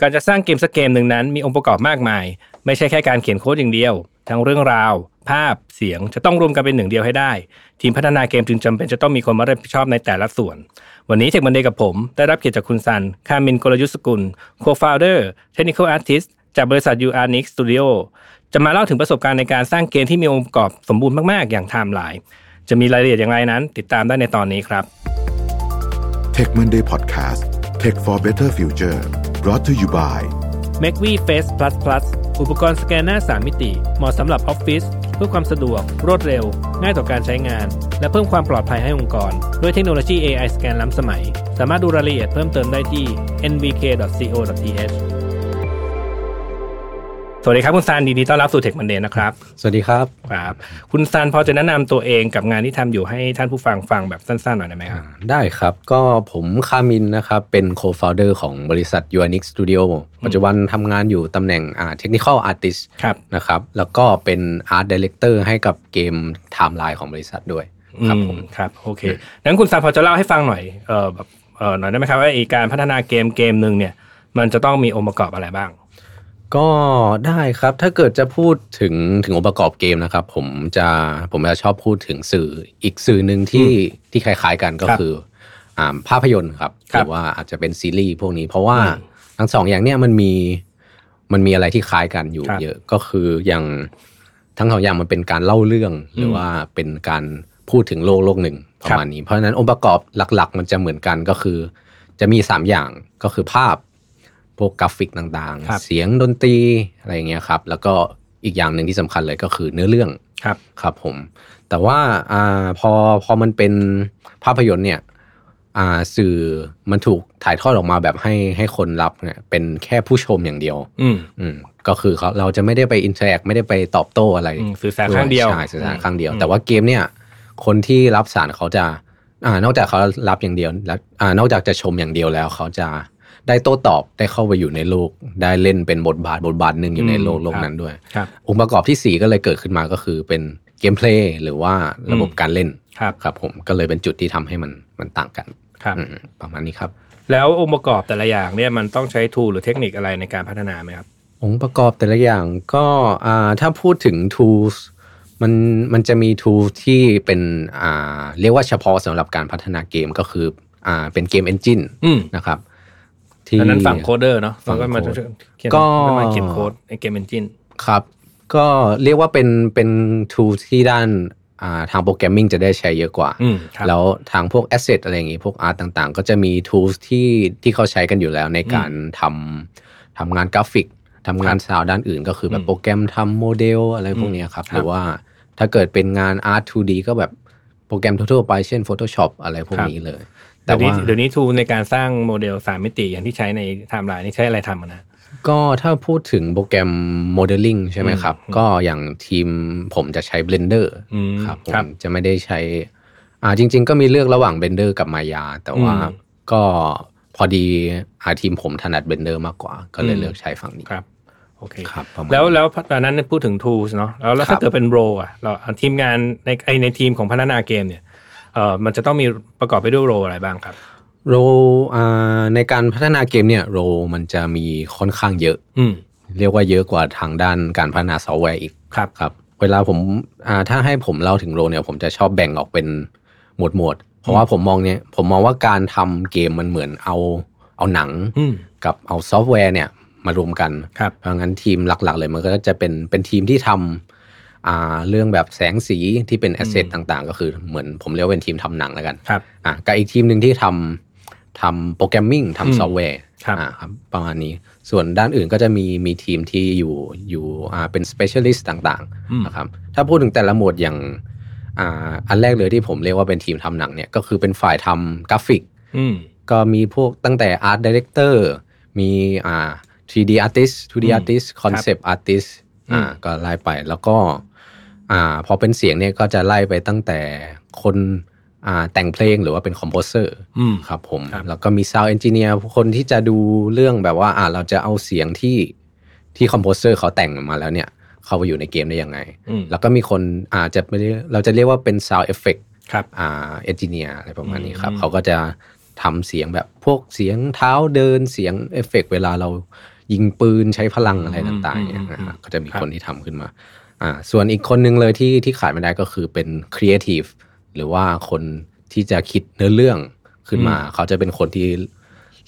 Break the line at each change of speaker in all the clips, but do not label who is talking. การจะสร้างเกมสักเกมหนึ่งนั้นมีองค์ประกอบมากมาย ไม่ใช่แค่การเขียนโค้ดอย่างเดียว ทั้งเรื่องราว ภาพเสียงจะต้องรวมกันเป็นหนึ่งเดียวให้ได้ ทีมพัฒนาเกมจึงจำเป็นจะต้องมีคนมารับผิดชอบในแต่ละส่วน วันนี้เทคมันเดย์กับผม ได้รับเกียรติจากคุณซัน คามินกลยุทธสกุล โคฟาวเดอร์ เทคนิคอลอาร์ติสจากบริษัท UR Next Studio จะมาเล่าถึงประสบการณ์ในการสร้างเกมที่มีองค์ประกอบสมบูรณ์มากๆ อย่างไทม์ไลน์จะมีรายละเอียดอย่างไรนั้น ติดตามได้ในตอนนี้ครับ
Tech Monday Podcast Tech for Better Future brought to you by
m a c v f a c e Plus Plus อุปกรณ์สแกนหน้า 3 มิติ เหมาะสำหรับออฟฟิศเพื่อความสะดวก รวดเร็ว ง่ายต่อการใช้งาน และเพิ่มความปลอดภัยให้องค์กร ด้วยเทคโนโลยี AI สแกนล้ำสมัย สามารถดูรายละเอียดเพิ่มเติมได้ที่ nvk.co.th สวัสดีครับ คุณซานยินดีต้อนรับสู่ Tech Monday นะครับ
สวัสดีครับ
ครับ คุณซานพอจะแนะนำตัวเองกับงานที่ทำอยู่ให้ท่านผู้ฟังฟังแบบสั้นๆหน่อยได้ไหมครับ
ได้ครับก็ผมคามินนะครับ เป็นโคฟ o u เดอร์ของบริษัท u n i x Studio ปัจจุบันทำงานอยู่ตำแหน่งอ่า Technical Artist
ครับ
นะครับ แล้วก็เป็น Art Director ให้กับเกม Timeline ของบริษัทด้วย ครับผม
อืครับโอเคนั้นคุณซันพอจะเล่าให้ฟังหน่อยเออแบบเออหน่อยได้ไหมครับว่าไอการพัฒนาเกมเกมหนึ่งเนี่ย มันจะต้องมีองค์ประกอบอะไรบ้าง
ก็ได้ครับถ้าเกิดจะพูดถึงถึงองค์ประกอบเกมนะครับ ผมจะผมจะชอบพูดถึงสื่ออีกสื่อหนึ่งที่ที่คล้ายๆกันก็
ครับ
คืออ่าภาพยนตร์ครับ
ครั
ห
บ
รือว่าอาจจะเป็นซีรีส์พวกนี้ เพราะว่า
อืม
ทั้งสองอย่างเนี้ยมันมีมันมีอะไรที่คล้ายกันอยู่
ครับ
เยอะก็คืออย่างทั้งสองอย่างมันเป็นการเล่าเรื่องหรือว่าเป็นการพูดถึงโลกโลกหนึ่งประมาณนี้ เพราะฉะนั้นองค์ประกอบหลัก ๆ มันจะเหมือนกันก็คือ จะมีสามอย่างก็คือภาพ พวกกราฟิกต่าง
ครับ
ๆ เสียงดนตรีอะไรอย่างเงี้ยครับ แล้วก็อีกอย่างหนึ่งที่สำคัญเลยก็คือเนื้อเรื่อง
ครับ
ครับผม แต่ว่าอ่าพอพอมันเป็นภาพยนตร์เนี่ยอ่าสื่อมันถูกถ่ายทอดออกมาแบบให้ให้คนรับเนี่ยเป็นแค่ผู้ชมอย่างเดียว
อืม
อืมก็คือเขาเราจะไม่ได้ไปอินเทอร์แอคไม่ได้ไปตอบโต้อะไร
อืมสื่อสารข้างเดียว
ใช่สื่อสารข้างเดียว แต่ว่าเกมเนี่ย คนที่รับสารเขาจะ อ่านอกจากเขารับอย่างเดียวแล้วอ่านอกจากจะชมอย่างเดียวแล้ว เขาจะได้โต้ตอบได้เข้าไปอยู่ในโลก ได้เล่นเป็นบทบาทบทบาทหนึ่งอยู่ในโลก
อืม
โล
ค
ก
รับ
นั้นด้วย
ครับ
องค์ประกอบที่สี่ก็เลยเกิดขึ้นมาก็คือเป็นเกมเพลย์หรือว่าระบบ
อืม
การเล่น
ครับ
ครับผมก็เลยเป็นจุดที่ทำให้มันมันต่างกัน
ครับ
อืมประมาณนี้ครับ
แล้วองค์ประกอบแต่ละอย่างเนี่ยมันต้องใช้ทูหรือเทคนิคอะไรในการพัฒนาไหมครับ
องค์ประกอบแต่ละอย่างก็อ่าถ้าพูดถึง tools มันมันจะมี tools ที่เป็นอ่าเรียกว่าเฉพาะสำหรับการพัฒนาเกมก็คืออ่าเป็นเกม Engine
อืม
นะครับ
อันนั้นฝั่งโคดเดอร์เนาะ
ฝั่ง
แล้วก็มา
โค้ด
เขียน
ก็
มันมาเขียนโค้ดในเกมเอนจิน
ครับ ก็เรียกว่าเป็นเป็น tools ที่ด้านอ่าทางโปรแกรมมิ่งจะได้ใช้เยอะกว่า
อืมครับ
แล้วทางพวก Asset อะไรอย่างงี้ พวก Art ต่างๆ ก็จะมี tools ที่ที่เขาใช้กันอยู่แล้วในการทำทำงานกราฟิกทำงานซาวด์ด้านอื่น ก็คือแบบโปรแกรมทำโมเดลอะไรพวกเนี้ยครับ
ครับ
หรือว่าถ้าเกิดเป็นงาน Art 2D ก็แบบโปรแกรมทั่วๆไปเช่น Photoshop อะไรพวกนี้เลย
แต่
แต่
ว่า
ว่า
เดี๋ยวนี้ทูในการสร้างโมเดลสามมิติอย่างที่ใช้ในไทม์ไลน์นี่ใช้อะไรทำอะนะ
ก็ถ้าพูดถึงโปรแกรมโมเดลลิ่งใช่ไหมครับ ก็อย่างทีมผมจะใช้ Blender
อืม
ครับผ
ครั
ม
บ
จะไม่ได้ใช้ อ่าจริง ๆ ก็มีเลือกระหว่าง Blender กับ Maya แต่ว่า
อืม
ก็พอดีอาทีมผมถนัด Blender มากกว่า ก็เล
อื
ย
ม
เลือกใช้ฝั่งนี้
ครับโอเค
ครับประมาณ
แล้วแล้วตอนนั้นพูดถึง tools เนาะแล้วแล้ว
ครั
ถ้า
บ
เกิดเป็น role อ่ะเราทีมงานในไอในทีมของพัฒนาเกมเนี่ยเออมันจะต้องมีประกอบไปด้วย role อะไรบ้างครับ
โรอ่าในการพัฒนาเกมเนี่ยโรมันจะมีค่อนข้างเยอะ
อืม
เรียกว่าเยอะกว่าทางด้านการพัฒนาซอฟต์แวร์อีก
ครับ
ครับ เวลาผมอ่าถ้าให้ผมเล่าถึงโรเนี่ย ผมจะชอบแบ่งออกเป็นหมวดหมวดๆเพราะว่าผมมองเนี่ยผมมองว่าการทำเกมมันเหมือนเอาเอาหนัง
อืม
กับเอาซอฟต์แวร์เนี่ยมารวมกัน
ครับ
เพราะงั้นทีมหลักๆ เลยมันก็จะเป็นเป็นทีมที่ทำอ่าเรื่องแบบแสงสีที่เป็นแอสเซทต่างๆ ก็คือเหมือนผมเรียกว่าเป็นทีมทำหนังแล้วกัน
ครับ
อ่ะกับอีกทีมหนึ่งที่ทำทำโปรแกรมมิ่ง
อืม
ทำซอฟต์แวร์
ครับ
อ่ะครับประมาณนี้ ส่วนด้านอื่นก็จะมีมีทีมที่อยู่อยู่อ่าเป็น specialist ต่าง
อืม
ๆนะครับถ้าพูดถึงแต่ละหมวดอย่างอ่าอันแรกเลยที่ผมเรียกว่าเป็นทีมทำหนังเนี่ยก็คือเป็นฝ่ายทำกราฟิก
อืม
ก็มีพวกตั้งแต่ Art Director มีอ่า 3D Artist 2D
อืม
Artist Concept Artist อ่า
อืม
ก็ไล่ไปแล้วก็อ่าพอเป็นเสียงเนี่ยก็จะไล่ไปตั้งแต่คนอ่าแต่งเพลงหรือว่าเป็นคอมโพเซอร์
อืม
ครับผม
ครับ
แล้วก็มี Sound Engineer คนที่จะดูเรื่องแบบว่าอ่าเราจะเอาเสียงที่ที่คอมโพเซอร์เขาแต่งมาแล้วเนี่ย เข้าไปอยู่ในเกมได้ยังไง
อืม
แล้วก็มีคนอาจจะไม่ได้เราจะเรียกว่าเป็น Sound Effect
ครับ
อ่าเอนจิเนียร์อะไรประมาณนี้ครับ
อืม
เขาก็จะ ทำเสียงแบบพวกเสียงเท้าเดินเสียงเอฟเฟกต์เวลาเรายิงปืนใช้พลังอะไรต่างๆเนี่ย
อื
นะ
มอืมอื
ฮะ
ม
ก็จะมี
ครับ
คนที่ทำขึ้นมาอ่าส่วนอีกคนหนึ่งเลยที่ที่ขาดไม่ได้ก็คือเป็นครีเอทีฟหรือว่าคนที่จะคิดเนื้อเรื่องขึ้นมา เขาจะเป็นคนที่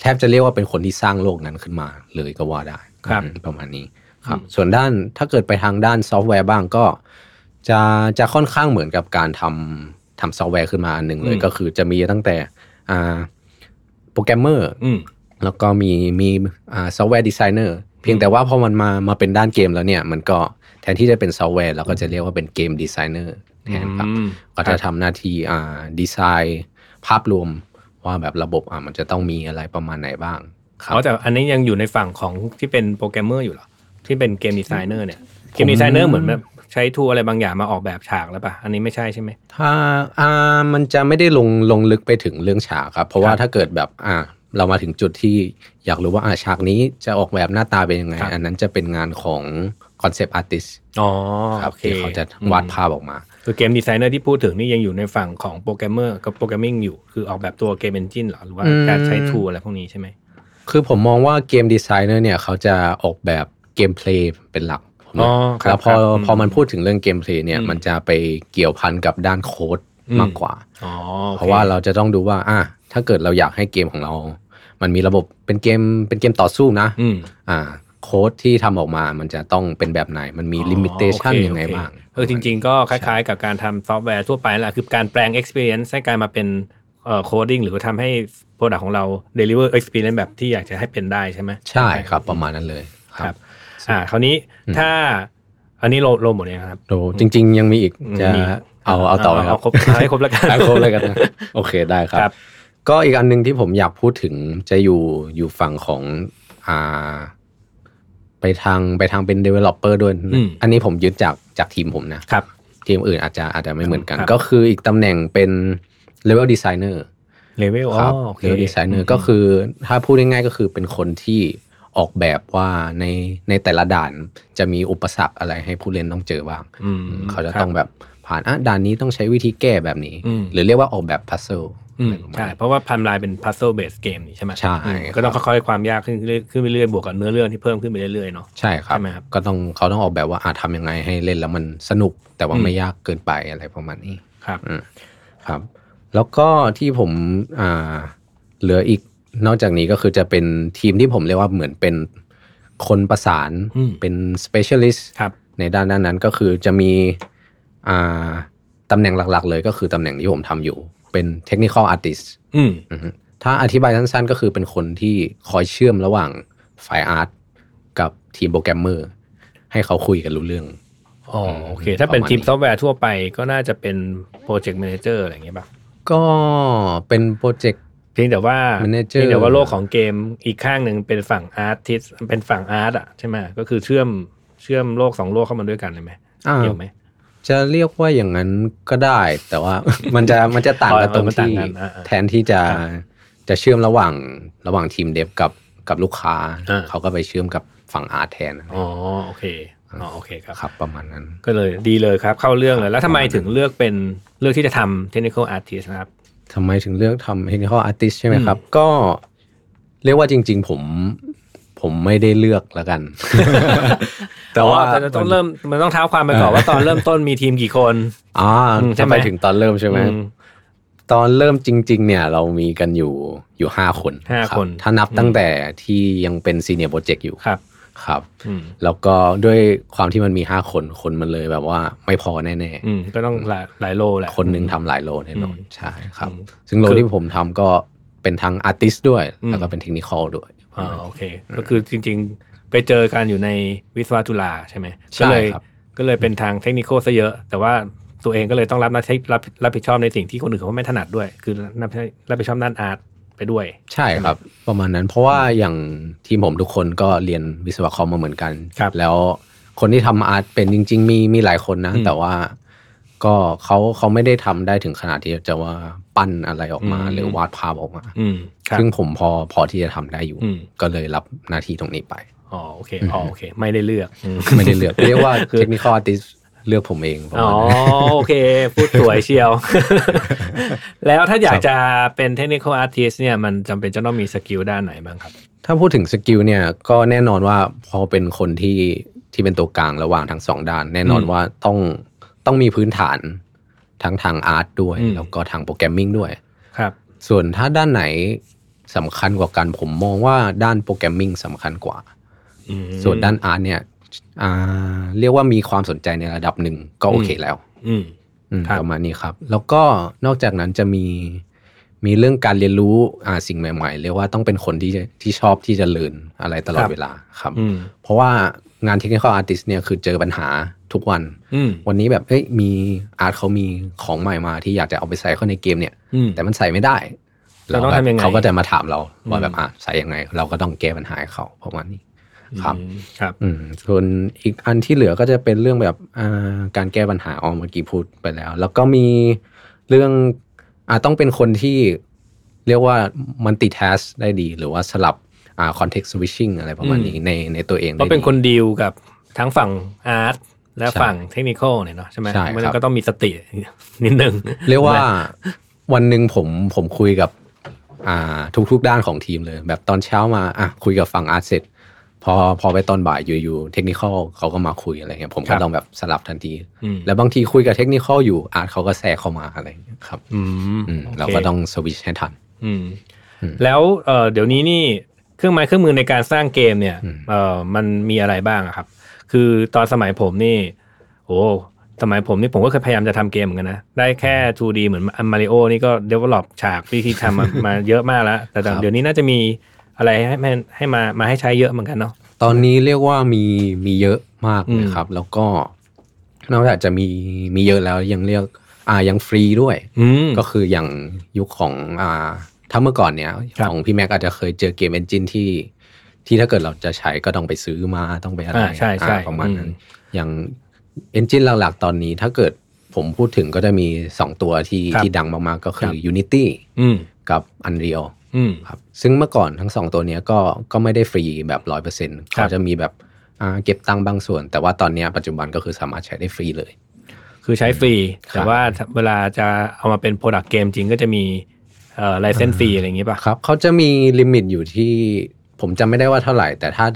แทบจะเรียกว่าเป็นคนที่สร้างโลกนั้นขึ้นมาเลยก็ว่าได้
ครับ
อืมประมาณนี้ ครับส่วนด้านถ้าเกิดไปทางด้านซอฟต์แวร์บ้างก็ จะจะค่อนข้างเหมือนกับการทำทำซอฟต์แวร์ขึ้นมาอันหนึ่งเลย
อืม
ก็คือจะมีตั้งแต่อ่าโปรแกรมเมอร์
อืม
แล้วก็มีมีอ่าซอฟต์แวร์ดีไซเนอร์เพียงแต่ว่าพอมันมามาเป็นด้านเกมแล้วเนี่ย มันก็แทนที่จะเป็นซอฟต์แวร์เราก็จะเรียกว่าเป็นเกมดีไซเนอร์แทนครับ
อืม
ก็จะทำหน้าที่อ่าดีไซน์ภาพรวมว่าแบบระบบอ่ามันจะต้องมีอะไรประมาณไหนบ้างครั
อ๋อแต่อันนี้ยังอยู่ในฝั่งของที่เป็นโปรแกรมเมอร์อยู่เหรอ ที่เป็นเกมดีไซเนอร์เนี่ย เกมดีไซเนอร์เหมือนแบบใช้ทูอะไรบางอย่างมาออกแบบฉากแล้วป่ะ อันนี้ไม่ใช่ใช่ไหม
ถ้าอ่ามันจะไม่ได้ลงลงลึกไปถึงเรื่องฉากครับ เพราะว่า
ครับ
ถ้าเกิดแบบอ่าเรามาถึงจุดที่อยากรู้ว่าอ่าฉากนี้จะออกแบบหน้าตาเป็นยังไง
ครับ
อันนั้นจะเป็นงานของคอนเซปต์อาร์ติส
อ๋อ
ครับที่เขาจะวาดภาพออกมา
คือเกมดีไซเนอร์ที่พูดถึงนี่ยังอยู่ในฝั่งของโปรแกรมเมอร์กับโปรแกรมมิ่งอยู่ คือออกแบบตัวเกมเอนจินหรอ หรือว่า
อืม
การใช้ทูอะไรพวกนี้ใช่ไหม
คือผมมองว่าเกมดีไซเนอร์เนี่ยเขาจะออกแบบเกมเพลย์เป็นหลัก
อ๋อครับ
แล้วพ
ค
อ
รับอืม
พอมันพูดถึงเรื่องเกมเพลย์เนี่ย
อืม
มันจะไปเกี่ยวพันกับด้านโค้ด
อืม
มากกว่า
อ๋อโอค
เพราะว่าเราจะต้องดูว่าอ่ะถ้าเกิดเราอยากให้เกมของเรา มันมีระบบเป็นเกมเป็นเกมต่อสู้นะ
อืม
อ่าโค้ดที่ทำออกมามันจะต้องเป็นแบบไหน มันมีลิมิเตชัน
อ๋อโอเค
ยังไง
โอเค
บ้าง
เออจริง ๆ ก็คล้ายๆ กับการทำซอฟต์แวร์ทั่วไปแหละคือการแปลง experience ให้กลายมาเป็นเอ่อ coding หรือว่าทำให้ product ของเรา deliver experience แบบที่อยากจะให้เป็นได้ใช่ไหม
ใช่ครับประมาณนั้นเลยค
ค
รั
รั
บบ
อ่า คราวนี้ถ้า อันนี้โลโลหมดเลยงครับ
โดจริง ๆ ยังมีอีก
อืม
จะ
มี
เอาเอาต่อไหมครับ
เอาครบเอาให้ครบแล้วกัน
ให้ครบแล้วกันนะโอเคได้ครั
ครับ บ
ก็อีกอันหนึ่งที่ผมอยากพูดถึงจะอยู่อยู่ฝั่งของอ่าไปทางไปทางเป็น developer ด้วย
อืม
อันนี้ผมยึดจากจากทีมผมนะ
ครับ
ทีมอื่นอาจจะอาจจะไม่เหมือนกัน
ครับ
ก็คืออีกตำแหน่งเป็น level designer
เลเวล
ค
อ๋อ
รับ
โอเค
หรือดีไซเนอร์ก็คือถ้าพูดง่ายๆก็คือเป็นคนที่ออกแบบว่าในในแต่ละด่านจะมีอุปสรรคอะไรให้ผู้เล่นต้องเจอบ้าง
อืม
เขาจะต้องแบบผ่านอ่ะด่านนี้ต้องใช้วิธีแก้แบบนี้
อืม
หรือเรียกว่าออกแบบพัซเซิล
อืมใช่ เพราะว่าพันลายเป็น puzzle based game นี่ใช่ไหม
ใช่
อืม
ครับ
ก็ต้องค่อยๆความยากขึ้นเรื่อยขึ้นไปเรื่อยบวกกับเนื้อเรื่องที่เพิ่มขึ้นไปเรื่อยๆเนาะ
ใช่ครับ
ใช่ไหมครับ
ก็ต้องเขาต้องออกแบบว่าอาทำยังไงให้เล่นแล้วมันสนุกแต่ว่า
อืม
ไม่ยากเกินไปอะไรประมาณนี้
ครับ
ครับแล้วก็ที่ผมอ่าเหลืออีกนอกจากนี้ก็คือจะเป็นทีมที่ผมเรียกว่าเหมือนเป็นคนประสาน
อืม
เป็น specialist
ครับ
ในด้านด้านนั้นก็คือจะมีอ่าตำแหน่งหลักๆ เลยก็คือตำแหน่งที่ผมทำอยู่เป็น technical artist
อืม
อือฮึถ้าอธิบายสั้นๆ ก็คือเป็นคนที่คอยเชื่อมระหว่างฝ่ายอาร์ตกับทีมโปรแกรมเมอร์ให้เขาคุยกันรู้เรื่อง
อ๋อโอเค ถ้าเป็น
ประมาณนี้
ทีมซอฟต์แวร์ทั่วไปก็น่าจะเป็นโปรเจกต์แมเนเจอร์อะไรอย่างเงี้ยป่ะ
ก็เป็นโปรเจกต์
เพียงแต่ว่า
Manager
เพียงแต่ว่าโลกของเกมอีกข้างหนึ่งเป็นฝั่งอาร์ติสเป็นฝั่งอาร์ตอ่ะใช่ไหมก็คือเชื่อมเชื่อมโลกสองโลกเข้ามาด้วยกันเลยไหม
อ่า
เกี่ยวไหม
จะเรียกว่าอย่างนั้นก็ได้ แต่ว่า มันจะมันจะต่างกั
เอ
น
อ
ตรง
มันต่าง
ที่
กันอ่าอ่า
แทนที่จะจะเชื่อมระหว่างระหว่างทีมเดฟกับกับลูกค้า
อ่า
เขาก็ไปเชื่อมกับฝั่งอาร์ตแทน
อ๋อโอเคอ๋อโอเคครับ
ครับประมาณนั้น
ก็เลยดีเลยครับ เข้าเรื่องเลย แล้วทำไมถึงเลือกเป็นเลือกที่จะทำ technical artist นะครับ
ทำไมถึงเลือกทำ technical artist ใช่ไหมครับ ก็เรียกว่าจริง ๆ ผมผมไม่ได้เลือกแล้วกัน แต่ ว่า
อ๋อจะต้องเริ่มมันต้องเท้าความไปก่อน
เออ
ว่าตอนเริ่มต้นมีทีมกี่คน
อ่า
อืมใช่
จะ
ไหม
ไปถึงตอนเริ่มใช่ไหม
อืม
ตอนเริ่มจริง ๆ เนี่ยเรามีกันอยู่อยู่ห้าคน
ห้า
รับ
คน
ถ้านับ
อืม
ตั้งแต่ที่ยังเป็นซีเนียร์โปรเจกต์อยู่
ครับ
ครับ
อืม
แล้วก็ด้วยความที่มันมีห้าคนคนมันเลยแบบว่าไม่พอแน่
อืมก็ต้องหลายหลายโลแหละ
ๆ คนหนึงทำหลายโลแน่นอน
อืม
ใช่ครับ
อืม
ซึ่งโล
คือ
ที่ผมทำก็เป็นทั้งอาร์ติสด้วย
อืม
แล้วก็เป็นเทคนิคอลด้วย
อ่าโอเค ก็คือจริงๆ ไปเจอกันอยู่ในวิศวะจุฬาใช่ไหมก็
ใช่
เลย
ครับ
ก็เลยเป็นทางเทคนิคซะเยอะ แต่ว่าตัวเองก็เลยต้องรับหน้าที่รับรับผิดชอบในสิ่งที่คนอื่นเขาไม่ถนัดด้วย คือรับรับผิดชอบด้านอาร์ตไปด้วย
ใช่ครับ ประมาณนั้นเพราะว่าอย่างทีมผมทุกคนก็เรียนวิศวะคอมมาเหมือนกัน
ครับ
แล้วคนที่ทำอาร์ตเป็นจริง ๆ มีมีหลายคนนะ
อืม
แต่ว่าก็เขาเขาไม่ได้ทำได้ถึงขนาดที่จะว่าปั้นอะไรออกมา
อืม
หรือวาดภาพออกมา
อืมครับ
ซึ่งผมพอพอที่จะทำได้อยู่
อืม
ก็เลยรับ หน้าที่ตรงนี้ไป
อ๋อโอเคอ๋อโอเค ไม่ได้เลือกอืม
ไม่ได้เลือก เรียกว่า
คือ
เทคนิคอลติส เลือกผมเองประ
อ๋
มา
อ
ณนั้น
โอเค พูดสวยเชี ยว แล้วถ้าอยากจะเป็นเทคนิคอลอาร์ติสเนี่ยมันจำเป็นจะต้องมีสกิลด้านไหนบ้างครับ
ถ้าพูดถึงสกิลเนี่ยก็แน่นอนว่าพอเป็นคนที่ที่เป็นตัวกลางระหว่างทั้งสองด้าน แน่นอน
อืม
ว่าต้องต้องมีพื้นฐานทั้งทางอาร์ตด้วย
อืม
แล้วก็ทางโปรแกรมมิ่งด้วย
ครับ
ส่วนถ้าด้านไหนสำคัญกว่ากันผมมองว่าด้านโปรแกรมมิ่งสำคัญกว่า
อืม
ส่วนด้านอาร์ตเนี่ยอ่าเรียกว่ามีความสนใจในระดับหนึ่งก็โอเคแล้ว
อืม
อืม
ครับ
ประมาณนี้ครับ แล้วก็นอกจากนั้นจะมีมีเรื่องการเรียนรู้อ่าสิ่งใหม่ ๆ เรียกว่าต้องเป็นคนที่ที่ชอบที่จะเรียนอะไรตล
ค
อด
รับ
เวลาครับ
อืม
เพราะว่างานเทคนิคอาร์ติสเนี่ยคือเจอปัญหาทุกวัน
อืม
วันนี้แบบเฮ้ยมีอาร์ตเขามีของใหม่มาที่อยากจะเอาไปใส่เข้าในเกมเนี่ย
อืม
แต่มันใส่ไม่ได้
เราต้อง
แบบ
ทำยังไง
เขาก็จะมาถามเราว่าแบบ
อืม
อ่ะใส่ยังไง เราก็ต้องแก้ปัญหาให้เขาประมาณนี้ ครับ
อืมครับ
อืมส่วนอีกอันที่เหลือก็จะเป็นเรื่องแบบอ่าการแก้ปัญหาออมเมื่อกี้พูดไปแล้ว แล้วก็มีเรื่องอ่าต้องเป็นคนที่เรียกว่ามันติแทสได้ดี หรือว่าสลับอ่าคอนเทกต์สวิชชิ่งอะไรประมาณนี้ในในตัวเองได้
ก็
ดี
เป็นคนดีลกับทั้งฝั่งอาร์ตและ
ใช่
ฝั่งเทคนิคอลเนี่ยเนาะใช่ไหม
ใช่ครับ
มัก็ต้องมีสติ นิดนึง
เรียกว่า
นะ
วันหนึ่งผมผมคุยกับอ่าทุกๆด้านของทีมเลย แบบตอนเช้ามาอ่ะคุยกับฝั่งอาร์ตเสร็จ พอพอไปตอนบ่ายอยู่ๆเทคนิคอลเขาก็มาคุยอะไรเงี้ยผมก็ต้องแบบสลับทันที
อืม
แล้วบางทีคุยกับเทคนิคอลอยู่อาร์ตเขาก็แทรกเข้ามาอะไรอย่างเงี้ยครับ
อืม
อืม
โค
เราก็ต้องสวิชให้ทัน
อืม
อืม
แล้วเอ่อเดี๋ยวนี้นี่เครื่องไม้เครื่องมือในการสร้างเกมเนี่ย
อืม
เอ่อมันมีอะไรบ้างอะครับ คือตอนสมัยผมนี่โอ้สมัยผมนี่ผมก็เคยพยายามจะทำเกมเหมือนกันนะ ได้แค่ 2D เหมือนมาริโอนี่ก็เดเวลลอปฉากวิธีทำมา มาเยอะ มากแล้ว แต่เดี๋ยวนี้น่าจะมีอะไรให้ให้ให้มามาให้ใช้เยอะเหมือนกันเนาะ
ตอนนี้เรียกว่ามีมีเยอะมากเลยครับ แล้วก็นอกจากจะมีมีเยอะแล้วยังเรียกอ่ายังฟรีด้วย
อืม
ก็คืออย่างยุคของอ่าถ้าเมื่อก่อนเนี้ย
ครับ
ของพี่แม็กอาจจะเคยเจอเกมเอนจินที่ที่ถ้าเกิดเราจะใช้ก็ต้องไปซื้อมาต้องไปอะไร
อ่าใช่ใช่
อ่าประมาณนั้น
อื
อย่างเอนจินหลักๆตอนนี้ถ้าเกิดผมพูดถึงก็จะมี 2 ตัวที่
ครับ
ที่ดังมากๆก็คื
ค
อ
รับ
Unity
อืม
กับ Unreal
อืม
ครับซึ่งเมื่อก่อนทั้งสองตัวเนี้ยก็ก็ไม่ได้ฟรีแบบร้อยเปอร์เซ็นต์
ครับ
เขาจะมีแบบอ่าเก็บตังค์บางส่วน แต่ว่าตอนเนี้ยปัจจุบันก็คือสามารถใช้ได้ฟรีเลย
คือใช้ฟรี
ครับ
แต่ว่าเวลาจะเอามาเป็นโปรดักต์เกมจริงก็จะมีเอ่อไลเซนส์ฟรีอะไรอย่างงี้ป่ะ
ครับเขาจะมีลิมิตอยู่ที่ผมจำไม่ได้ว่าเท่าไหร่ แต่ถ้า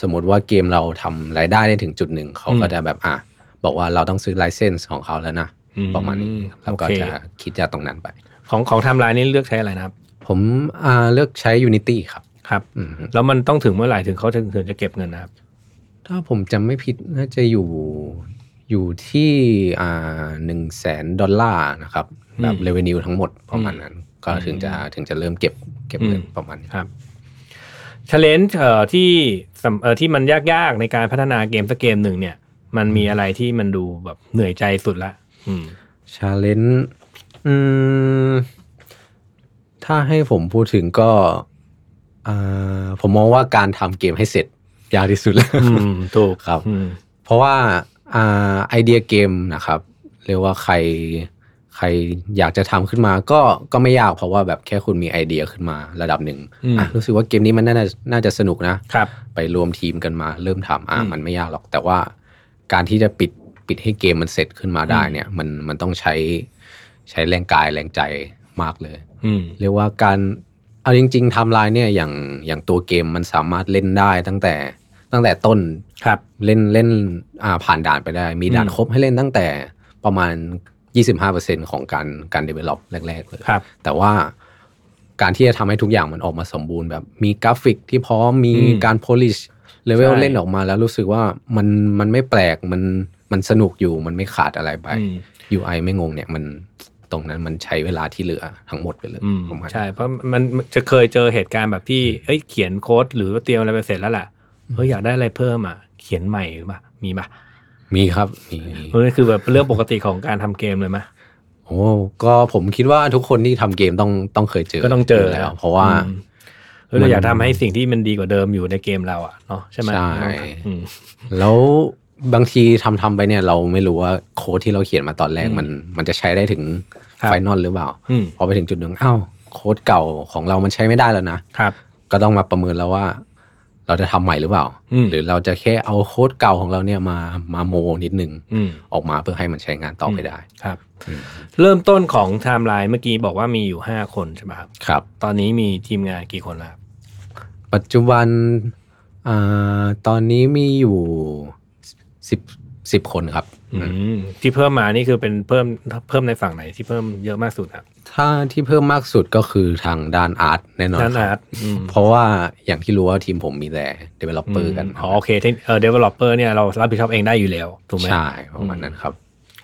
สมมติว่าเกมเราทำรายได้ได้ถึงจุดหนึ่งเขาก็จะแบบอ่ะบอกว่าเราต้องซื้อไลเซนส์ของเขาแล้วนะ
อื
ประมาณนี้แล้วก็
โอเค
จะคิดจากตรงนั้นไป
ของของไทม์ไลน์นี่เลือกใช้อะไรนะครับ
ผมอ่าเลือกใช้ Unity ครับ
ครับ
อืม
แล้วมันต้องถึงเมื่อไหร่ถึงเขาถึงถึงจะเก็บเงินนะครับ
ถ้าผมจำไม่ผิดน่าจะอยู่อยู่ที่อ่าหนึ่งแสนดอลลาร์นะครับ แบบ
อืม
เรเวนิวทั้งหมดประมาณนั้น ก็ถึงจะถึงจะเริ่มเก็บเก็บเงิน
อืม
ประมาณนี้
ครับชาเลนจ์เอ่อที่สำเอ่อที่มันยากๆในการพัฒนาเกมสักเกมหนึ่งเนี่ย มันมีอะไรที่มันดูแบบเหนื่อยใจสุดละ อืม
ชาเลนจ์อืม ถ้าให้ผมพูดถึงก็อ่าผมมองว่าการทำเกมให้เสร็จยากที่สุดแล้ว
อืม ถูก
ครับ
อืม
เพราะว่าอ่าไอเดียเกมนะครับ เรียกว่าใครใครอยากจะทำขึ้นมาก็ก็ไม่ยากเพราะว่าแบบแค่คุณมีไอเดียขึ้นมาระดับหนึ่ง
อืม
อ่ะรู้สึกว่าเกมนี้มันน่าจะน่าจะสนุกนะ
ครับ
ไปรวมทีมกันมาเริ่มทำอ่ะ
อืม
มันไม่ยากหรอก แต่ว่าการที่จะปิดปิดให้เกมมันเสร็จขึ้นมาได้
อืม
เนี่ย มันมันต้องใช้ใช้แรงกายแรงใจมากเลย
อืม
เรียกว่าการเอาจริงๆไทำลายเนี่ยอย่างอย่างตัวเกมมันสามารถเล่นได้ตั้งแต่ตั้งแต่ต้น
ครับ
เล่นเล่นอ่าผ่านด่านไปได้ มีด่าน
อืม
ครบให้เล่นตั้งแต่ประมาณ 25%ของการการ develop แรกๆเลย
ครับ
แต่ว่าการที่จะทำให้ทุกอย่างมันออกมาสมบูรณ์แบบมีกราฟิกที่พร้อมมี
อืม
การ polish เลเวล
ใช่
เล่นออกมาแล้วรู้สึกว่ามันมันไม่แปลกมันมันสนุกอยู่มันไม่ขาดอะไรไป
อืม
UI ไม่งงเนี่ยมันตรงนั้นมันใช้เวลาที่เหลือทั้งหมดไปเลย
อืม
ผมว่า
ใช่เพราะมันมันจะเคยเจอเหตุการณ์แบบที่เอ้ยเขียนโค้ดหรือว่าเตรียมอะไรไปเสร็จแล้วล่ะเฮ้ยอยากได้อะไรเพิ่มอ่ะเขียนใหม่หรือเปล่ามีป่ะ
มีครับมี
เออนี่คือแบบเรื่องปกติของการทำเกมเลยมะ
โอ้ก็ผมคิดว่าทุกคนที่ทำเกมต้องต้องเคยเจอ
ก็ต้องเจอยู่
แล้ว เพราะว่า
อืมเออเราอยากทำให้สิ่งที่มันดีกว่าเดิมอยู่ในเกมเราอ่ะเนาะใช่ไหม
ใช่
อืม
แล้วบางทีทำทำไปเนี่ยเราไม่รู้ว่าโค้ดที่เราเขียนมาตอนแรกมัน มันจะใช้ได้ถึง
ครับ
ไฟนอลหรือเปล่า
อืม
พอไปถึงจุดหนึ่งอ้าวโค้ดเก่าของเรามันใช้ไม่ได้แล้วนะ
ครับ
ก็ต้องมาประเมินแล้วว่า เราจะทำใหม่หรือเปล่า
อืม
หรือเราจะแค่เอาโค้ดเก่าของเราเนี่ยมามาโมนิดนึง
อืม
ออกมาเพื่อให้มันใช้งานต่อไปได้
ครับ
อืม
เริ่มต้นของไทม์ไลน์เมื่อกี้บอกว่ามีอยู่ห้าคนใช่ไหมครับ
ครับ
ตอนนี้มีทีมงานกี่คนแล้วครับ
ปัจจุบันอ่าตอนนี้มีอยู่สิบสิบคนครับ
อืมที่เพิ่มมานี่คือเป็นเพิ่มเพิ่มในฝั่งไหนที่เพิ่มเยอะมากสุดครับ
ถ้าที่เพิ่มมากสุดก็คือทางด้านอาร์ตแน่นอน
ด้าน
ค
อา
รั
ร์
บ
ตอืม
เพราะว่าอย่างที่รู้ว่าทีมผมมีแต่ developer กัน
อ๋อโอเคเทคเอ่อ developer เนี่ยเรารับผิดชอบเองได้อยู่แล้วถูกไหม
ใช่ประมาณนั้นครับ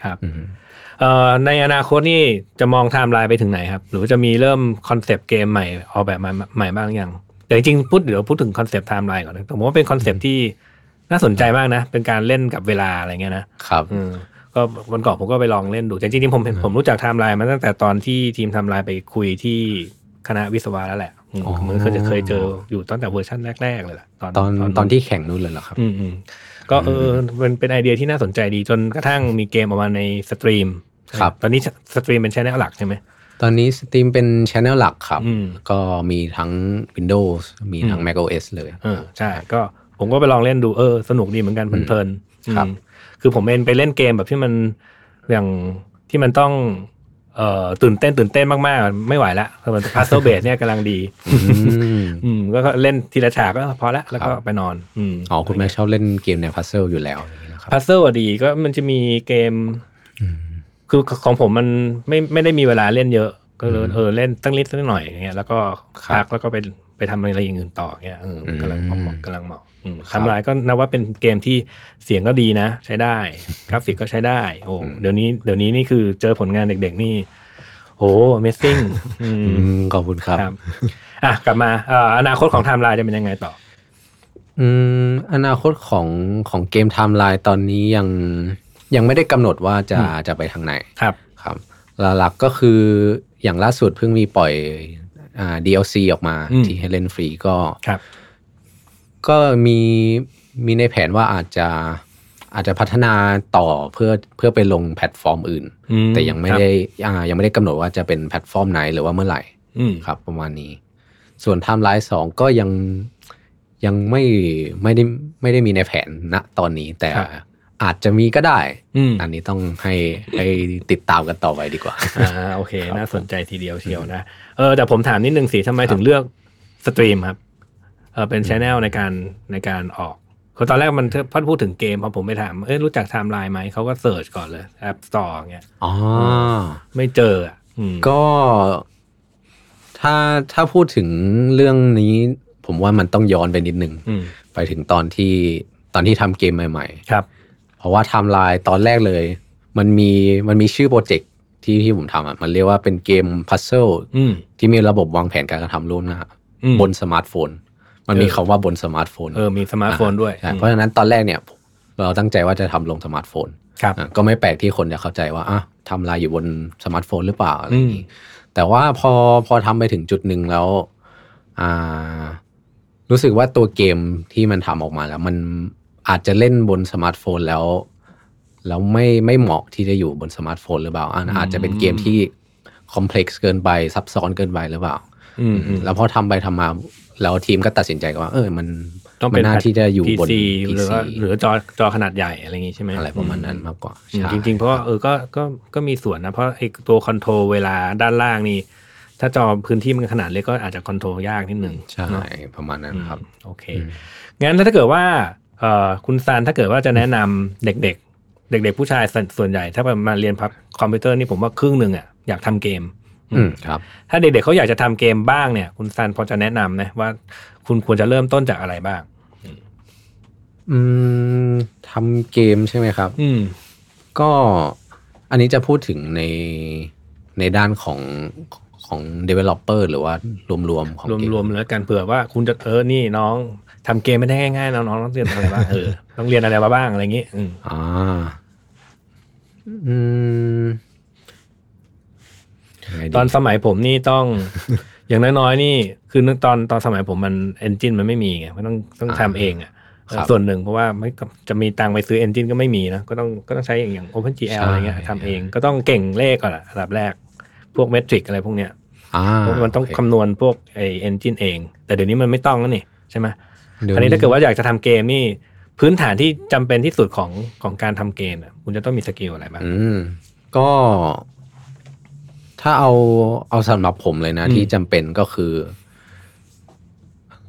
ครับ
อืม
เอ่อในอนาคตนี่จะมองไทม์ไลน์ไปถึงไหนครับ หรือว่าจะมีเริ่มคอนเซปต์เกมใหม่ออกแบบมาใหม่บ้างหรือยังแต่จริงๆพูดเดี๋ยวพูดถึงคอนเซปต์ไทม์ไลน์ก่อนนะผมว่าเป็นคอนเซปต์ที่น่าสนใจมากนะ เป็นการเล่นกับเวลาอะไรเงี้ยนะ
ครับ
อืมก็วันก่อนผมก็ไปลองเล่นดูแต่จริงๆผมเห็นผมรู้จักไทม์ไลน์มาตั้งแต่ตอนที่ทีมไทม์ไลน์ไปคุยที่คณะวิศวะแล้วแหละอืม
อ๋อ
เหมือนเคยจะเคยเจออยู่ตั้งแต่เวอร์ชันแรก ๆ เลยล่ะตอน
ตอนตอนที่แข่งนู่นเลยเหรอครับ
อืมอืมก็เออมันเป็นไอเดียที่น่าสนใจดีจนกระทั่งมีเกมออกมาในสตรีม
ครับ
ตอนนี้สตรีมเป็นช่องหลักใช่ไหม
ตอนนี้สตรีมเป็นช anel หลักครับ
อืม
ก็มีทั้ง Windows มีทั้ง
อืม
Mac OS เลย
เออใช่ก็ผมก็ไปลองเล่นดูเออสนุกดีเหมือนกันเพลินๆอืม
ครับ
คือผมเองไปเล่นเกมแบบที่มันอย่างที่มันต้องเอ่อตื่นเต้นตื่นเต้นมากๆ ไม่ไหวละเพราะมันพาสโซเบสเนี่ยกำลังดี อืมก็เล่นทีละฉากก็พอละแล้วก็
ครับ
ไปนอนอืม
อ๋อ คุณแม่ชอบเล่นเกมแนวพัซเซิลอยู่แล้วอย่างนี้นะครับ
พาสโซดีก็มันจะมีเกม คือของผมมันไม่ไม่ได้มีเวลาเล่นเยอะ ก็เลยเออเล่นตั้งนิดตั้งหน่อยอย่างเงี้ยแล้วก็
ครับ
พักแล้วก็ไปไปทำอะไรอย่างอื่นต่อเงี้ยเออ
อืม
กำลังเหมาะกำลังเหมาะอืม
ครับ
ทำลายก็นับว่าเป็นเกมที่เสียงก็ดีนะ ใช้ได้ กราฟิกก็ใช้ได้ โอ้เดี๋ยวนี้เดี๋ยวนี้นี่คือเจอผลงานเด็กๆนี่โอ้ Amazing อืม
อืมขอบคุณครับ
ครับอ่ะกลับมาเอ่ออนาคตของไทม์ไลน์จะเป็นยังไงต่อ
อืมอนาคตของของเกมไทม์ไลน์ตอนนี้ยังยังไม่ได้กำหนดว่าจะ
อืม
จะไปทางไหน
ครับ
ครับหลักๆก็คืออย่างล่าสุดเพิ่งมีปล่อยอ่า DLC ออกมา
อืม
ที่ให้เล่นฟรีก็
ครับ
ก็มีมีในแผนว่าอาจจะอาจจะพัฒนาต่อเพื่อเพื่อไปลงแพลตฟอร์มอื่น
อืม
แต่ยังไม่
ครับ
ได้อ่ายังไม่ได้กำหนดว่าจะเป็นแพลตฟอร์มไหนหรือว่าเมื่อไหร่
อืม
ครับ ประมาณนี้ ส่วนไทม์ไลน์สองก็ยังยังไม่ไม่ได้ไม่ได้มีในแผนณตอนนี้ แต่อาจจะมีก็ได้
อืม
อันนี้ต้องให้ให้ติดตามกันต่อไปดีกว่า
อ่าโอเค น่าสนใจทีเดียวเชียวนะเออแต่ผมถามนิดนึงสิทำไมถึงเลือกสตรีมครับเออเป็นชแนลในการในการออกคือตอนแรกมันพอพูดถึงเกมพอผมไปถามเอ้ยรู้จักไทม์ไลน์ไหมเขาก็เสิร์ชก่อนเลยแอป Store เงี้ย
อ๋อ
ไม่เจออ่ะอืม
ก็ถ้าถ้าพูดถึงเรื่องนี้ ผมว่ามันต้องย้อนไปนิดนึง
อืม
ไปถึงตอนที่ตอนที่ทำเกมใหม่
ครับ
ๆ เพราะว่าไทม์ไลน์ตอนแรกเลย มันมีมันมีชื่อโปรเจกต์ที่ที่ผมทำอ่ะมันเรียกว่าเป็นเกมพัซเซิล
อืม
ที่มีระบบวางแผนการกระทำร่วมหน้า
อืม
บนสมาร์ทโฟน มันมีคำว่าบนสมาร์ทโฟน
เออมีสมาร์ทโฟนด้วย
ใช่เพราะฉะนั้นตอนแรกเนี่ย เราตั้งใจว่าจะทำลงสมาร์ทโฟน
ครับ
อ่ะก็ไม่แปลกที่คนจะเข้าใจว่าอ่ะทำลายอยู่บนสมาร์ทโฟนหรือเปล่าอะไรอย่างนี้ แต่ว่าพอพอทำไปถึงจุดหนึ่งแล้วอ่ารู้สึกว่าตัวเกมที่มันทำออกมาแล้ว มันอาจจะเล่นบนสมาร์ทโฟนแล้ว แล้วไม่ไม่เหมาะที่จะอยู่บนสมาร์ทโฟนหรือเปล่าอ่ะอาจจะเป็นเกมที่คอมเพล็กซ์เกินไปซับซ้อนเกินไปหรือเปล่า
อืมอืม
แล้วพอทำไปทำมาแล้วทีมก็ตัดสินใจกันว่า เออมัน
ต้องเป็
มัน นน่าที่จะอยู่บน
PC หรือว่า
PC
หรือจอจอขนาดใหญ่อะไรอย่างงี้ใช่ไหม
อะไรประมาณนั้นมากกว่า
อืม
ใช่
จริงๆ เพราะว่าเออก็ก็ก็มีส่วนนะ เพราะไอ้ตัวคอนโทรลเวลาด้านล่างนี่ ถ้าจอพื้นที่มันขนาดเล็กก็อาจจะคอนโทรลยากนิดหนึ่ง
ใช่
เนอะ
ประมาณนั้นครับ
โอเค
อืม
งั้นแล้วถ้าเกิดว่าเอ่อคุณซานถ้าเกิดว่าจะแนะนำเด็ก ๆ เด็ก ๆ ผู้ชายส่วนส่วนใหญ่ ถ้ามาเรียนพับคอมพิวเตอร์นี่ผมว่าครึ่งหนึ่งอ่ะอยากทำเกม
อืมครับ
ถ้าเด็ก ๆเขาอยากจะทำเกมบ้างเนี่ย คุณซานพอจะแนะนำนะว่าคุณควรจะเริ่มต้นจากอะไรบ้าง
อืมทำเกมใช่ไหมครับ
อืม
ก็อันนี้จะพูดถึงในในด้านของของ developer หรือว่ารวมๆของเกม
รวมๆแล้วกันเผื่อว่าคุณจะเออนี่น้องทำเกมไม่ได้ง่ายๆนะน้องต้องเรียนอะไรบ้างเออ ต้องเรียนอะไรมาบ้างอะไรอย่างงี้อืม
อ่าอืมยังไงดี
ตอนสมัยผมนี่ต้อง อย่างน้อยๆนี่ คือนึกตอนตอนสมัยผมมันเอนจินมันไม่มีไงมันต้องต้องทำเองอ่ะเออส่วนหนึ่งเพราะว่าไม่จะมีตังค์ไปซื้อเอนจินก็ไม่มีนะก็ต้องก็ต้องใช้อย่างอย่าง OpenGL อะไรเงี้ยทำเองก็ต้องเก่งเลขก่อนอะอันดับแรก พวกเมทริกอะไรพวกเนี้ย
อ่า
เพราะมันต้อง
โเค
คำนวณพวกไอเอนจินเอง แต่เดี๋ยวนี้มันไม่ต้องแล้วนี่ใช่ไหม
เดี๋ยว
อันนี้
นี้
ถ้าเกิดว่าอยากจะทำเกมนี่ พื้นฐานที่จำเป็นที่สุดของของการทำเกมอ่ะคุณจะต้องมีสกิลอะไรบ้าง
อืมก็ถ้าเอาเอาสำหรับผมเลยนะ
อืม
ที่จำเป็นก็คือ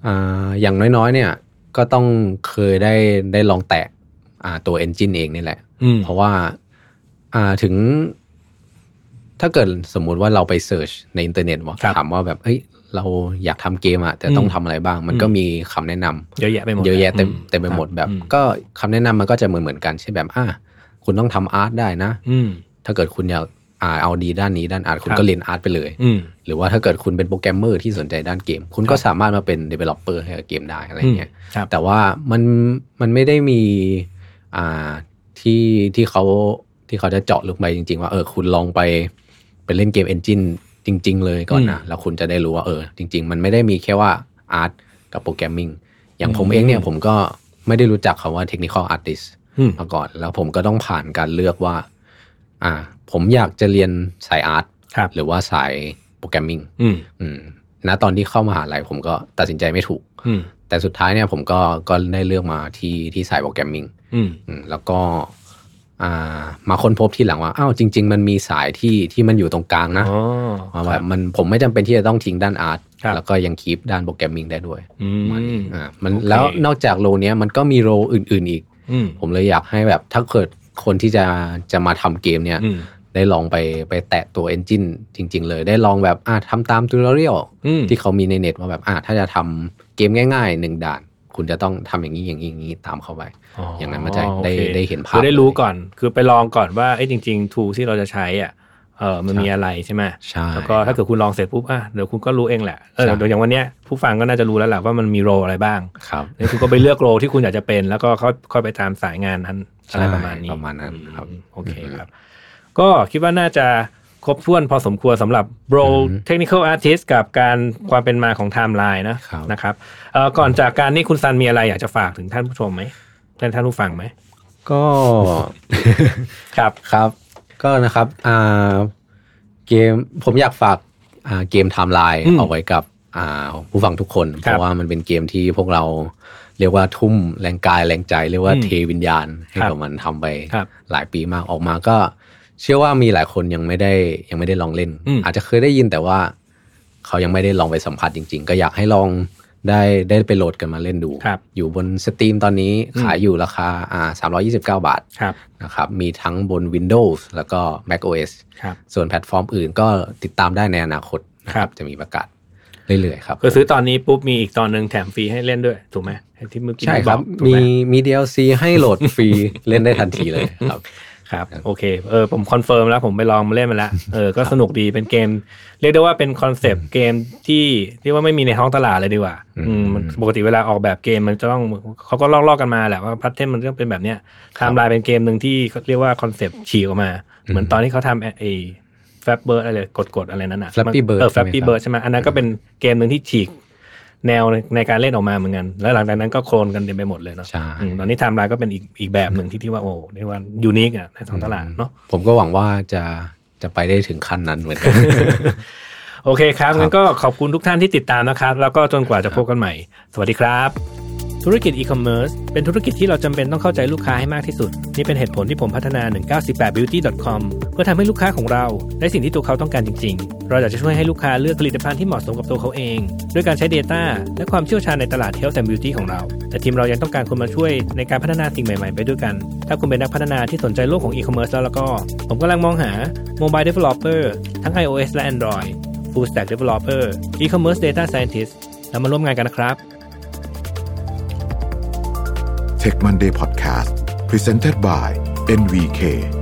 อ่าอย่างน้อยๆ เนี่ย ก็ต้องเคยได้ได้ลองแตะอ่าตัว Engine เองนี่แหละ
อืม
เพราะว่าอ่าถึง ถ้าเกิดสมมุติว่าเราไปเสิร์ชในอินเทอร์เน็ตว่าถามว่าแบบเฮ้ยเราอยากทำเกมอะแต่ต้องทำอะไรบ้าง มันก็มีคำแนะนำ
เยอะแยะไปหมด
เยอะแยะเต็ม
อื
เต็มไปหมดแบบ
อื
ก็คำแนะนำมันก็จะเหมือนเหมือนกันเช่นแบบอ่ะคุณต้องทำอาร์ตได้นะ
อืม
ถ้าเกิดคุณอยากอ่าเอาดีด้านนี้ด้านอาร์ตคุ
ค
ณ
รับ
ก็เรียนอาร์ตไปเลย
อืม
หรือว่าถ้าเกิดคุณเป็นโปรแกรมเมอร์ที่สนใจด้านเกม คุณก็สามารถมาเป็น developer ให้กับเกมได้อะไรเงี้ย
ครับ
แต่ว่ามันมันไม่ได้มีอ่าที่ที่เขาที่เขาจะเจาะลึกไปจริง ๆ ว่าเออคุณลองไปไปเล่นเกมเอนจินจริง ๆ เลยก่อนนะแล้วคุณจะได้รู้ว่าเออจริง ๆ มันไม่ได้มีแค่ว่าอาร์ตกับโปรแกรมมิ่งอย่างผมเองเนี่ยผมก็ไม่ได้รู้จักคำว่า technical artist
อืม
มาก่อนแล้วผมก็ต้องผ่านการเลือกว่า อ่า ผมอยากจะเรียนสายอาร์ต
ครับ
หรือว่าสายโปรแกรมมิ่ง
อืม
อืมณตอนที่เข้ามหาลัยผมก็ตัดสินใจไม่ถูก
อืม
แต่สุดท้ายเนี่ยผมก็ก็ได้เลือกมาที่ที่สายโปรแกรมมิ่ง
อืม
อืมแล้วก็ อ่า มาค้นพบที่หลังว่าอ้าวจริง ๆ มันมีสายที่ที่มันอยู่ตรงกลางนะ
อ๋อ
ว่า
ค
แบ
รับ
บมันผมไม่จำเป็นที่จะต้องทิ้งด้านอาร์ต
ครับ
แล้วก็ยังคีปด้านโปรแกรมมิ่งได้ด้วย
อืม
อ่ามัน
โอเค
แล้วนอกจากโรเนี้ยมันก็มีโรอื่น ๆอีก
อืม
ผมเลยอยากให้แบบถ้าเกิดคนที่จะจะมาทำเกมเนี่ย
อืม
ได้ลองไปไปแตะตัว Engine จริง ๆ เลย ได้ลองแบบอ่ะทำตามทูตอเรียล
อืม
ที่เขามีในเน็ตว่าแบบอ่ะถ้าจะทำเกมง่ายๆหนึ่งด่าน คุณจะต้องทำอย่างนี้อย่างนี้อย่างนี้ตามเข้าไป อย่างนั้นมันจะได้
โอค
ได้เห็นภาพ
คือได้รู้ก่อน คือไปลองก่อนว่าเอ้ยจริง ๆ ทูที่เราจะใช้อ่ะเออมัน
ใช่
มีอะไรใช่ไหม
ใช่
แล้วก็ถ้าเกิดคุณลองเสร็จปุ๊บอ่ะเดี๋ยวคุณก็รู้เองแหละเออ
ใช่
เดี๋ยวอย่างวันเนี้ยผู้ฟังก็น่าจะรู้แล้วแหละว่ามันมีโรอะไรบ้าง
ครับ
แล้วคุณก็ไปเลือกโรที่คุณอยากจะเป็น แล้วก็ค่อยค่อยไปตามสายงานนั้นอะไรประมาณนี้
ประมาณนั้นครับ
อืมโอเคครับ ก็คิดว่าน่าจะครบถ้วนพอสมควรสำหรับโร
อืม
technical artist กับการความเป็นมาของไทม์ไลน์นะครับ นะครับเอ่อก่อนจากการนี่คุณซันมีอะไรอยากจะฝากถึงท่านผู้ชมไหมท่านท่านผู้ฟังไหม
ก็
ครับ
ครับ ก็นะครับอ่าเกมผมอยากฝากอ่าเกมไทม์ไลน์
อืม
เอาไว้กับอ่าผู้ฟังทุกคน
ครับ
เพราะว่ามันเป็นเกมที่พวกเราเรียกว่าทุ่มแรงกายแรงใจ เรียกว่า
อืม
เทวิญญาณให้
ครับ
กับมันทำไป
ครับ
หลายปีมากออกมาก็ เชื่อว่ามีหลายคนยังไม่ได้ยังไม่ได้ลองเล่น
อืม
อาจจะเคยได้ยินแต่ว่า เขายังไม่ได้ลองไปสัมผัสจริง ๆ ก็อยากให้ลองได้ได้ไปโหลดกันมาเล่นดู
ครับ
อยู่บนสตรีมตอนนี้
อืม
ขายอยู่ราคาอ่าสามร้อยี่สิบเก้า329 บาท
ครับ
นะครับมีทั้งบน Windows แล้วก็ Mac OS
ครับ
ส่วนแพลตฟอร์มอื่นก็ติดตามได้ในอนาคตนะค
ครั
รับ
บ
จะมีประกาศเรื่อยๆครับ
คือซื้อตอนนี้ปุ๊บมีอีกตอนหนึ่งแถมฟรีให้เล่นด้วย ถูกไหมที่เมื่อกี้
ใช่ครับ
อกถูกไห
มีมี DLC ให้โหลดฟรี เล่นได้ทันทีเลยครับ
ครับ โอเค เออผมคอนเฟิร์มแล้วผมไปลองมาเล่นมาแล้ว เออ ก็สนุกดีเป็นเกม เรียกได้ว่าเป็นคอนเซปต์เกมที่ที่ว่าไม่มีในท้องตลาดเลยดีกว่า
อืม
อืมมันปกติเวลาออกแบบเกมมันจะต้องเขาก็ลอกๆกันมาแหละว่าพัฒเทนมันก็เป็นแบบเนี้ยไทม์ไลน์เป็นเกมหนึ่งที่เรียกว่าคอนเซปต์ฉีกออกมา เหมือนตอนที่เขาทำไอ้แฟบเบิร์ดอะไรกดๆอะไรนั่นน่ะ
Flappy Bird
เออแฟบ
ใช่
บี้
ไหมครับ
เบิร์ดใช่ไหมอันนั้นก็เป็นเกมหนึ่งที่ฉีก แนวในการเล่นออกมาเหมือนกัน แล้วหลังจากนั้นก็โคลนกันเต็มไปหมดเลยเนาะ
ใช่
อืมตอนนี้ไทม์ไลน์ก็เป็นอีกอีกแบบหนึ่งที่ที่ว่าโอ้เรียกว่ายูนิคอะในท้องตลาดเนาะ
ผมก็หวังว่าจะจะไปได้ถึงขั้นนั้นเหมือนกัน
โอเคครับงั้นก็ขอบคุณทุกท่านที่ติดตามนะครับ แล้วก็จนกว่าจะพบกันใหม่ สวัสดีครับ ธุรกิจอีคอมเมิร์ซเป็นธุรกิจที่เราจำเป็นต้องเข้าใจลูกค้าให้มากที่สุด นี่เป็นเหตุผลที่ผมพัฒนา 198 beauty com เพื่อทำให้ลูกค้าของเราได้สิ่งที่ตัวเขาต้องการจริง ๆ เราอยากจะช่วยให้ลูกค้าเลือกผลิตภัณฑ์ที่เหมาะสมกับตัวเขาเอง ด้วยการใช้ Data และความเชี่ยวชาญในตลาด Health and Beauty ของเรา แต่ทีมเรายังต้องการคนมาช่วยในการพัฒนาสิ่งใหม่ๆ ไปด้วยกัน ถ้าคุณเป็นนักพัฒนาที่สนใจโลกของอีคอมเมิร์ซแล้วแล้วก็ ผมกำลังมองหา Mobile Developer ทั้ง iOS และ Android Full Stack Developer E-commerce Data Scientist แล้วมาร่วมงานกันนะครับ
Tech Monday Podcast Presented by NVK